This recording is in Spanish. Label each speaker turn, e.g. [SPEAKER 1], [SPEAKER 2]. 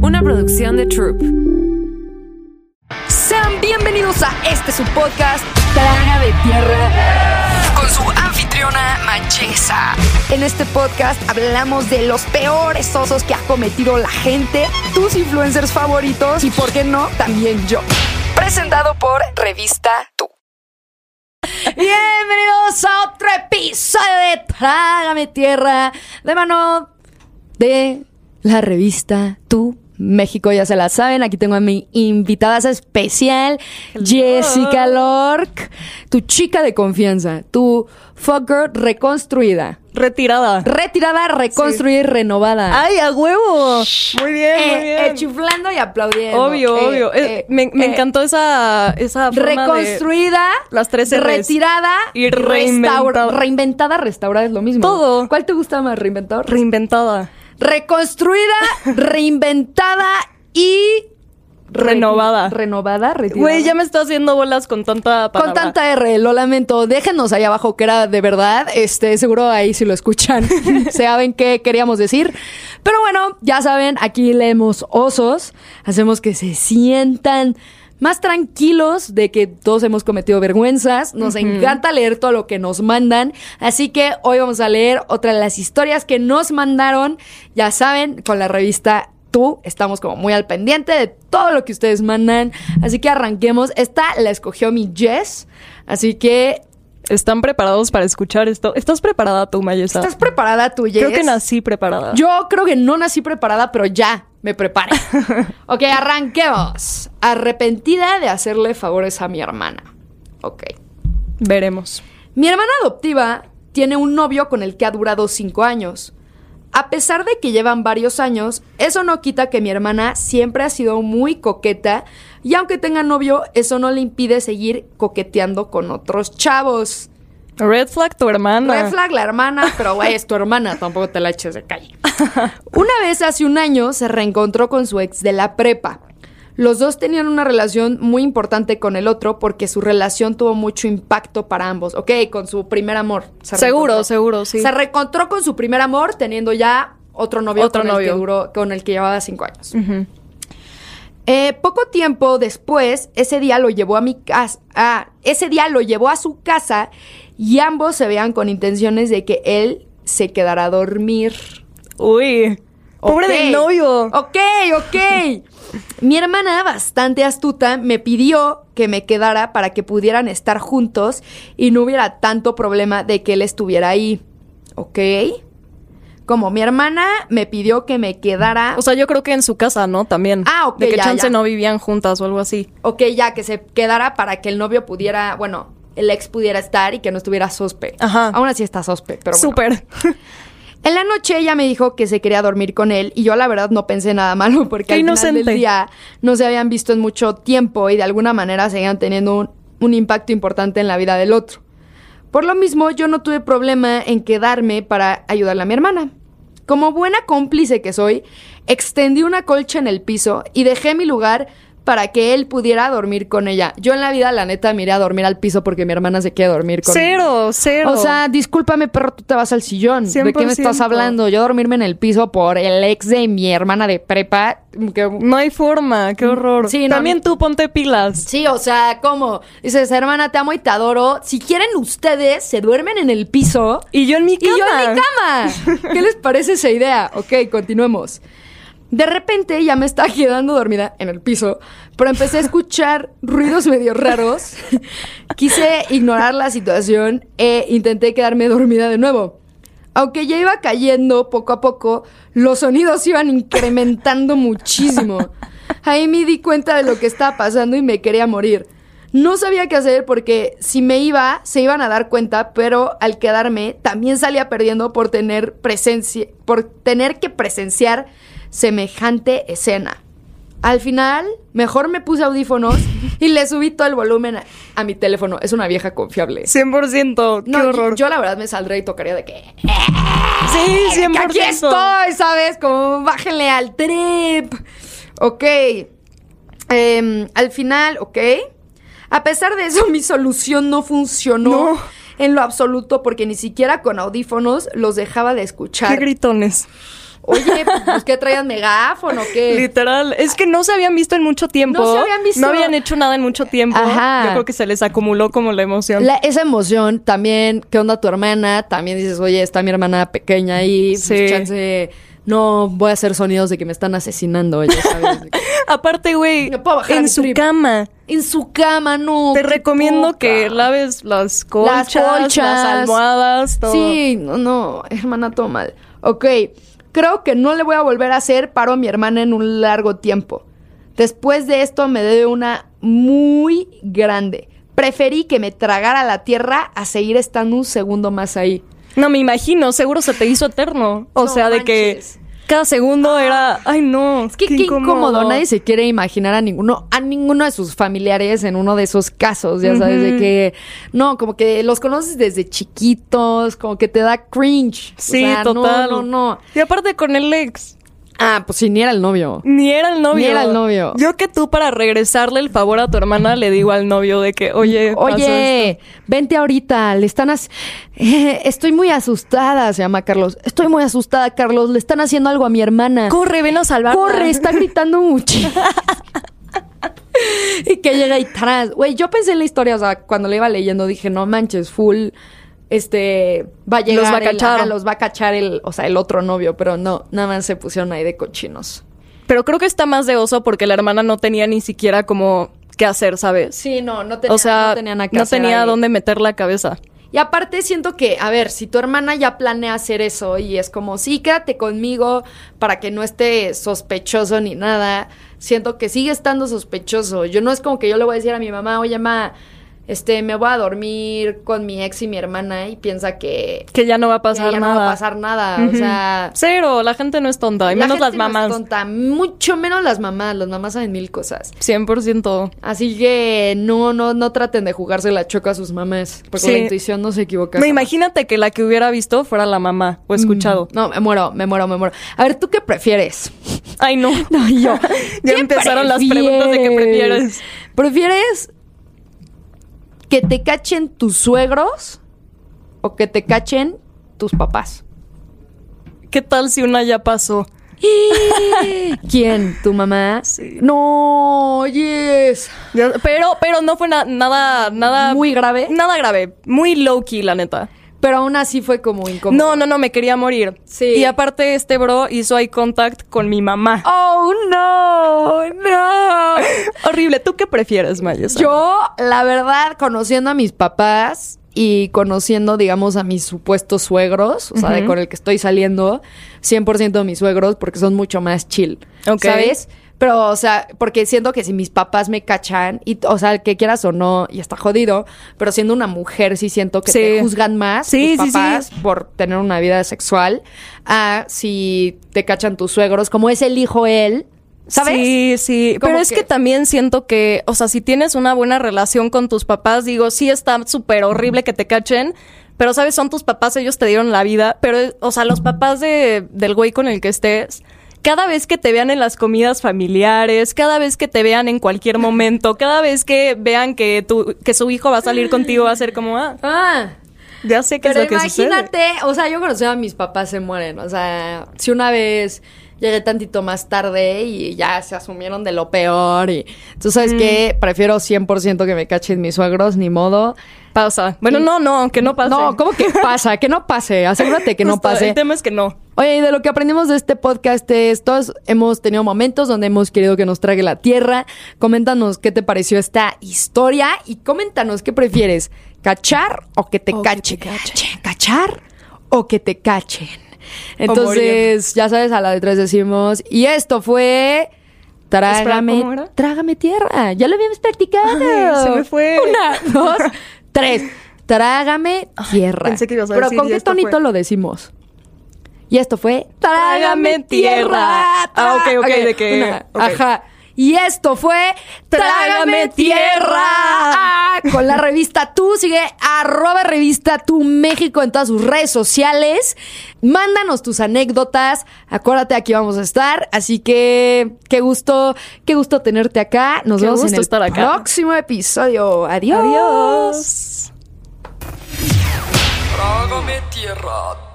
[SPEAKER 1] una producción de Troop.
[SPEAKER 2] Sean bienvenidos a este su podcast
[SPEAKER 3] Traga de Tierra.
[SPEAKER 2] con su anfitriona Manchesa.
[SPEAKER 3] En este podcast hablamos de los peores osos que ha cometido la gente, tus influencers favoritos y, por qué no, también yo.
[SPEAKER 2] Presentado por Revista Tú.
[SPEAKER 3] Bienvenidos a otro episodio de Trágame Tierra de mano de la revista Tú. México, ya se la saben. Aquí tengo a mi invitada especial, Jessica Lork, tu chica de confianza, tu fuck girl reconstruida,
[SPEAKER 4] Retirada.
[SPEAKER 3] retirada, reconstruida y renovada.
[SPEAKER 4] ¡Ay, a huevo! Muy bien,
[SPEAKER 3] Eh,
[SPEAKER 4] muy bien.
[SPEAKER 3] eh, chiflando y aplaudiendo.
[SPEAKER 4] obvio,
[SPEAKER 3] Eh,
[SPEAKER 4] obvio. Eh,
[SPEAKER 3] eh,
[SPEAKER 4] me me
[SPEAKER 3] eh,
[SPEAKER 4] encantó esa, esa forma de-
[SPEAKER 3] Reconstruida,
[SPEAKER 4] las tres Rs.
[SPEAKER 3] retirada
[SPEAKER 4] Y
[SPEAKER 3] restaura-
[SPEAKER 4] reinventada.
[SPEAKER 3] reinventada, restaurada es lo mismo.
[SPEAKER 4] Todo.
[SPEAKER 3] ¿Cuál te gusta más, reinventor?
[SPEAKER 4] Reinventada.
[SPEAKER 3] Reconstruida, reinventada y re-
[SPEAKER 4] Renovada.
[SPEAKER 3] renovada, retirada.
[SPEAKER 4] Güey, ya me está haciendo bolas con tanta
[SPEAKER 3] Con
[SPEAKER 4] palabra.
[SPEAKER 3] tanta R, lo lamento. Déjenos ahí abajo que era de verdad. Este, seguro ahí si lo escuchan, saben qué queríamos decir. Pero bueno, ya saben, aquí leemos osos. Hacemos que se sientan más tranquilos de que todos hemos cometido vergüenzas. Nos encanta leer todo lo que nos mandan. Así que hoy vamos a leer otra de las historias que nos mandaron. Ya saben, con la revista tú. Estamos como muy al pendiente de todo lo que ustedes mandan. Así que arranquemos. Esta la escogió mi Jess. Así que,
[SPEAKER 4] ¿Están preparados para escuchar esto? ¿Estás preparada tú, Mayesa?
[SPEAKER 3] ¿estás preparada tú, Jess?
[SPEAKER 4] Creo que nací preparada.
[SPEAKER 3] Yo creo que no nací preparada, pero ya me preparé. ok, arranquemos. Arrepentida de hacerle favores a mi hermana. Ok.
[SPEAKER 4] Veremos.
[SPEAKER 3] Mi hermana adoptiva tiene un novio con el que ha durado cinco años. A pesar de que llevan varios años, eso no quita que mi hermana siempre ha sido muy coqueta y aunque tenga novio, eso no le impide seguir coqueteando con otros chavos.
[SPEAKER 4] Red flag tu hermana.
[SPEAKER 3] Red flag la hermana, pero güey, es tu hermana, tampoco te la eches de calle. Una vez hace un año se reencontró con su ex de la prepa. Los dos tenían una relación muy importante con el otro porque su relación tuvo mucho impacto para ambos, ¿ok? Con su primer amor. se
[SPEAKER 4] Seguro,
[SPEAKER 3] reencontró.
[SPEAKER 4] seguro, sí.
[SPEAKER 3] Se reencontró con su primer amor teniendo ya otro novio,
[SPEAKER 4] Otro
[SPEAKER 3] con, El
[SPEAKER 4] novio.
[SPEAKER 3] que duró- con el que llevaba cinco años.
[SPEAKER 4] Ujú.
[SPEAKER 3] Eh, poco tiempo después, ese día lo llevó a mi casa. ese día lo llevó a su casa y ambos se vean con intenciones de que él se quedara a dormir.
[SPEAKER 4] Uy. Pobre
[SPEAKER 3] Ok.
[SPEAKER 4] del novio.
[SPEAKER 3] Ok, ok. mi hermana, bastante astuta, me pidió que me quedara para que pudieran estar juntos y no hubiera tanto problema de que él estuviera ahí. Ok. Como mi hermana me pidió que me quedara.
[SPEAKER 4] O sea, yo creo que en su casa, ¿no? También.
[SPEAKER 3] Ah, ok,
[SPEAKER 4] De que
[SPEAKER 3] ya,
[SPEAKER 4] chance
[SPEAKER 3] ya.
[SPEAKER 4] no vivían juntas o algo así.
[SPEAKER 3] ok, ya que se quedara para que el novio pudiera, bueno, el ex pudiera estar y que no estuviera sospe.
[SPEAKER 4] Ajá.
[SPEAKER 3] Aún así está sospe, pero bueno.
[SPEAKER 4] Súper.
[SPEAKER 3] En la noche ella me dijo que se quería dormir con él y yo la verdad no pensé nada malo porque
[SPEAKER 4] Qué
[SPEAKER 3] al final
[SPEAKER 4] inocente.
[SPEAKER 3] del día no se habían visto en mucho tiempo y de alguna manera seguían teniendo un, un impacto importante en la vida del otro. Por lo mismo, yo no tuve problema en quedarme para ayudarle a mi hermana. Como buena cómplice que soy, extendí una colcha en el piso y dejé mi lugar para que él pudiera dormir con ella. Yo en la vida, la neta, me iré a dormir al piso porque mi hermana se quiere dormir con
[SPEAKER 4] Cero, cero.
[SPEAKER 3] o sea, discúlpame, perro, tú te vas al sillón. ¿De qué me estás
[SPEAKER 4] 100%.
[SPEAKER 3] hablando? Yo dormirme en el piso por el ex de mi hermana de prepa. que-
[SPEAKER 4] no hay forma, qué horror.
[SPEAKER 3] Sí, no, a
[SPEAKER 4] También
[SPEAKER 3] mí-
[SPEAKER 4] tú ponte pilas.
[SPEAKER 3] Sí, o sea, ¿cómo? Dices, hermana, te amo y te adoro. Si quieren ustedes, se duermen en el piso.
[SPEAKER 4] Y yo en mi
[SPEAKER 3] Y
[SPEAKER 4] cama.
[SPEAKER 3] yo en mi cama. ¿Qué les parece esa idea? Ok, continuemos. De repente ya me estaba quedando dormida en el piso, pero empecé a escuchar ruidos medio raros. Quise ignorar la situación e intenté quedarme dormida de nuevo. Aunque ya iba cayendo poco a poco, los sonidos iban incrementando muchísimo. Ahí me di cuenta de lo que estaba pasando y me quería morir. No sabía qué hacer porque si me iba, se iban a dar cuenta, pero al quedarme también salía perdiendo por tener presencia, por tener que presenciar semejante escena. Al final, mejor me puse audífonos y le subí todo el volumen a, a mi teléfono. Es una vieja confiable.
[SPEAKER 4] 100%, qué
[SPEAKER 3] No,
[SPEAKER 4] horror.
[SPEAKER 3] yo la verdad me saldré y tocaría de que
[SPEAKER 4] sí,
[SPEAKER 3] que
[SPEAKER 4] 100%.
[SPEAKER 3] aquí estoy, ¿sabes? Como bájenle al trip. Ok. Em, al final, ok. A pesar de eso, mi solución no funcionó
[SPEAKER 4] No.
[SPEAKER 3] en lo absoluto porque ni siquiera con audífonos los dejaba de
[SPEAKER 4] Qué
[SPEAKER 3] escuchar.
[SPEAKER 4] gritones.
[SPEAKER 3] Oye, pues que traían megáfono, que
[SPEAKER 4] Literal, es que no se habían visto en mucho tiempo.
[SPEAKER 3] No se habían visto.
[SPEAKER 4] No habían hecho nada en mucho tiempo.
[SPEAKER 3] Ajá.
[SPEAKER 4] Yo creo que se les acumuló como la emoción.
[SPEAKER 3] la, esa emoción también, ¿qué onda tu hermana? También dices, oye, está mi hermana pequeña ahí, pues,
[SPEAKER 4] Sí.
[SPEAKER 3] chance, no voy a hacer sonidos de que me están asesinando, ya sabes.
[SPEAKER 4] Aparte, güey,
[SPEAKER 3] No puedo bajar mi
[SPEAKER 4] en su
[SPEAKER 3] trip.
[SPEAKER 4] cama.
[SPEAKER 3] en su cama, no.
[SPEAKER 4] Te
[SPEAKER 3] qué
[SPEAKER 4] recomiendo
[SPEAKER 3] poca.
[SPEAKER 4] que laves las colchas, las,
[SPEAKER 3] colchas.
[SPEAKER 4] almohadas, todo.
[SPEAKER 3] Sí, no, no, hermana, todo mal. Ok, creo que no le voy a volver a hacer paro a mi hermana en un largo tiempo. Después de esto me debe una muy grande. Preferí que me tragara la tierra a seguir estando un segundo más ahí.
[SPEAKER 4] No me imagino, seguro se te hizo eterno. O
[SPEAKER 3] No
[SPEAKER 4] sea, de que
[SPEAKER 3] manches. Ah.
[SPEAKER 4] cada segundo era, ay no,
[SPEAKER 3] Es que qué, incómodo. nadie se quiere imaginar a ninguno, a ninguno de sus familiares en uno de esos casos, ya sabes, de
[SPEAKER 4] Ujú.
[SPEAKER 3] que no, como que los conoces desde chiquitos, como que te da cringe. O
[SPEAKER 4] Sí,
[SPEAKER 3] sea, no,
[SPEAKER 4] total.
[SPEAKER 3] No, no,
[SPEAKER 4] Y aparte con el ex,
[SPEAKER 3] Ah, pues si ni era el novio.
[SPEAKER 4] ni era el novio.
[SPEAKER 3] Ni era el novio.
[SPEAKER 4] Yo que tú para regresarle el favor a tu hermana le digo al novio de que, oye, pasó esto.
[SPEAKER 3] Oye, vente ahorita, le están... as- Eh, estoy muy asustada, se llama Carlos. Estoy muy asustada, Carlos, le están haciendo algo a mi hermana.
[SPEAKER 4] corre, ven a salvarla.
[SPEAKER 3] Corre, está gritando mucho. y que llega y tarás. Güey, yo pensé en la historia, o sea, cuando la iba leyendo dije, no manches, full, este, va a llegar.
[SPEAKER 4] Los va a
[SPEAKER 3] el-
[SPEAKER 4] cachar.
[SPEAKER 3] ajá, los va a cachar el, o sea, el otro novio, pero no, nada más se pusieron ahí de cochinos.
[SPEAKER 4] Pero creo que está más de oso porque la hermana no tenía ni siquiera como qué hacer, ¿sabes?
[SPEAKER 3] Sí, no, no
[SPEAKER 4] o sea, no
[SPEAKER 3] tenía
[SPEAKER 4] tenía, dónde meter la cabeza.
[SPEAKER 3] Y aparte siento que, a ver, si tu hermana ya planea hacer eso y es como, sí, quédate conmigo para que no esté sospechoso ni nada, siento que sigue estando sospechoso. Yo no es como que yo le voy a decir a mi mamá, oye, ma, este, me voy a dormir con mi ex y mi hermana y piensa que,
[SPEAKER 4] Que ya no va a
[SPEAKER 3] que
[SPEAKER 4] pasar
[SPEAKER 3] ya
[SPEAKER 4] nada.
[SPEAKER 3] no va a pasar nada. O
[SPEAKER 4] Ujú.
[SPEAKER 3] sea,
[SPEAKER 4] Cero, la gente no es tonta, y
[SPEAKER 3] la
[SPEAKER 4] menos las
[SPEAKER 3] gente no es
[SPEAKER 4] mamás.
[SPEAKER 3] tonta, mucho menos las mamás, las mamás saben mil cosas.
[SPEAKER 4] 100%.
[SPEAKER 3] Así que no, no, no traten de jugarse la choca a sus mamás, porque
[SPEAKER 4] Sí.
[SPEAKER 3] la intuición no se equivoca.
[SPEAKER 4] No,
[SPEAKER 3] jamás.
[SPEAKER 4] imagínate que la que hubiera visto fuera la mamá
[SPEAKER 3] Mm.
[SPEAKER 4] o escuchado.
[SPEAKER 3] No, me muero, me muero, me muero. A ver, ¿tú qué prefieres?
[SPEAKER 4] Ay, no.
[SPEAKER 3] No, yo.
[SPEAKER 4] Ya empezaron las preguntas de qué prefieres.
[SPEAKER 3] ¿Prefieres que te cachen tus suegros o que te cachen tus papás?
[SPEAKER 4] ¿Qué tal si una ya pasó?
[SPEAKER 3] ¿Quién? ¿Tu mamá?
[SPEAKER 4] Sí.
[SPEAKER 3] No, yes.
[SPEAKER 4] Ya- pero, pero no fue na- nada, nada.
[SPEAKER 3] Muy grave.
[SPEAKER 4] Nada grave. Muy low key, la neta.
[SPEAKER 3] Pero aún así fue como incómodo.
[SPEAKER 4] No, no, no, me quería morir.
[SPEAKER 3] Sí.
[SPEAKER 4] Y aparte, este bro hizo eye contact con mi mamá.
[SPEAKER 3] Oh, no, no.
[SPEAKER 4] Horrible. ¿Tú qué prefieres, Mayesa?
[SPEAKER 3] Yo, la verdad, conociendo a mis papás y conociendo, digamos, a mis supuestos suegros, o sea, de
[SPEAKER 4] Ujú.
[SPEAKER 3] con el que estoy saliendo, 100% mis suegros porque son mucho más chill,
[SPEAKER 4] Ok.
[SPEAKER 3] ¿sabes? Pero, o sea, porque siento que si mis papás me cachan, y, o sea, que quieras o no, y está jodido, pero siendo una mujer sí siento que
[SPEAKER 4] Sí.
[SPEAKER 3] te juzgan más
[SPEAKER 4] Sí,
[SPEAKER 3] tus
[SPEAKER 4] sí, sí.
[SPEAKER 3] papás por tener una vida sexual a si te cachan tus suegros, como es el hijo él, ¿sabes?
[SPEAKER 4] Sí, sí.
[SPEAKER 3] Como
[SPEAKER 4] Pero es que...
[SPEAKER 3] que-
[SPEAKER 4] también siento que, o sea, si tienes una buena relación con tus papás, digo, sí está súper horrible que te cachen, pero sabes, son tus papás, ellos te dieron la vida. Pero, o sea, los papás de, del güey con el que estés. Cada vez que te vean en las comidas familiares, cada vez que te vean en cualquier momento, cada vez que vean que tu, que su hijo va a salir contigo, va a ser como, ah,
[SPEAKER 3] Ah.
[SPEAKER 4] ya sé qué
[SPEAKER 3] Pero
[SPEAKER 4] es lo que sucede.
[SPEAKER 3] imagínate, o sea, yo conocí a mis papás se mueren, o sea, si una vez llegué tantito más tarde y ya se asumieron de lo peor y tú
[SPEAKER 4] Mm.
[SPEAKER 3] sabes que prefiero 100% que me cachen mis suegros, ni modo.
[SPEAKER 4] Pasa. Bueno, no, no, que no pase.
[SPEAKER 3] No, ¿cómo que pasa? Que no pase, asegúrate que no
[SPEAKER 4] Justo,
[SPEAKER 3] pase.
[SPEAKER 4] El tema es que no.
[SPEAKER 3] Oye, y de lo que aprendimos de este podcast es, todos hemos tenido momentos donde hemos querido que nos trague la tierra. Coméntanos qué te pareció esta historia y coméntanos qué prefieres, cachar o que te
[SPEAKER 4] O que
[SPEAKER 3] cachen.
[SPEAKER 4] te cachen.
[SPEAKER 3] Che, Cachar o que te cachen. Entonces, ya sabes, a la de tres decimos, y esto fue...
[SPEAKER 4] ¿cómo
[SPEAKER 3] Trágame,
[SPEAKER 4] era?
[SPEAKER 3] trágame tierra. Ya lo habíamos practicado.
[SPEAKER 4] Ay, se me fue.
[SPEAKER 3] Una, dos, tres. Trágame tierra.
[SPEAKER 4] pensé que ibas a
[SPEAKER 3] Pero
[SPEAKER 4] decir,
[SPEAKER 3] ¿con
[SPEAKER 4] y
[SPEAKER 3] qué
[SPEAKER 4] esto
[SPEAKER 3] tonito
[SPEAKER 4] fue.
[SPEAKER 3] lo decimos? Y esto fue Trágame tierra.
[SPEAKER 4] Ah, ok, ok, de que-
[SPEAKER 3] una,
[SPEAKER 4] ok.
[SPEAKER 3] Ajá. Y esto fue Trágame
[SPEAKER 4] Trágame
[SPEAKER 3] tierra.
[SPEAKER 4] tierra.
[SPEAKER 3] Ah, Con la revista Tú sigue arroba revista Tú México en todas sus redes sociales. Mándanos tus anécdotas. Acuérdate, aquí vamos a estar. Así que qué gusto, qué gusto tenerte acá. Nos
[SPEAKER 4] Qué
[SPEAKER 3] vemos en
[SPEAKER 4] gusto
[SPEAKER 3] el
[SPEAKER 4] estar acá.
[SPEAKER 3] próximo episodio. Adiós.
[SPEAKER 4] Adiós.
[SPEAKER 2] Trágame tierra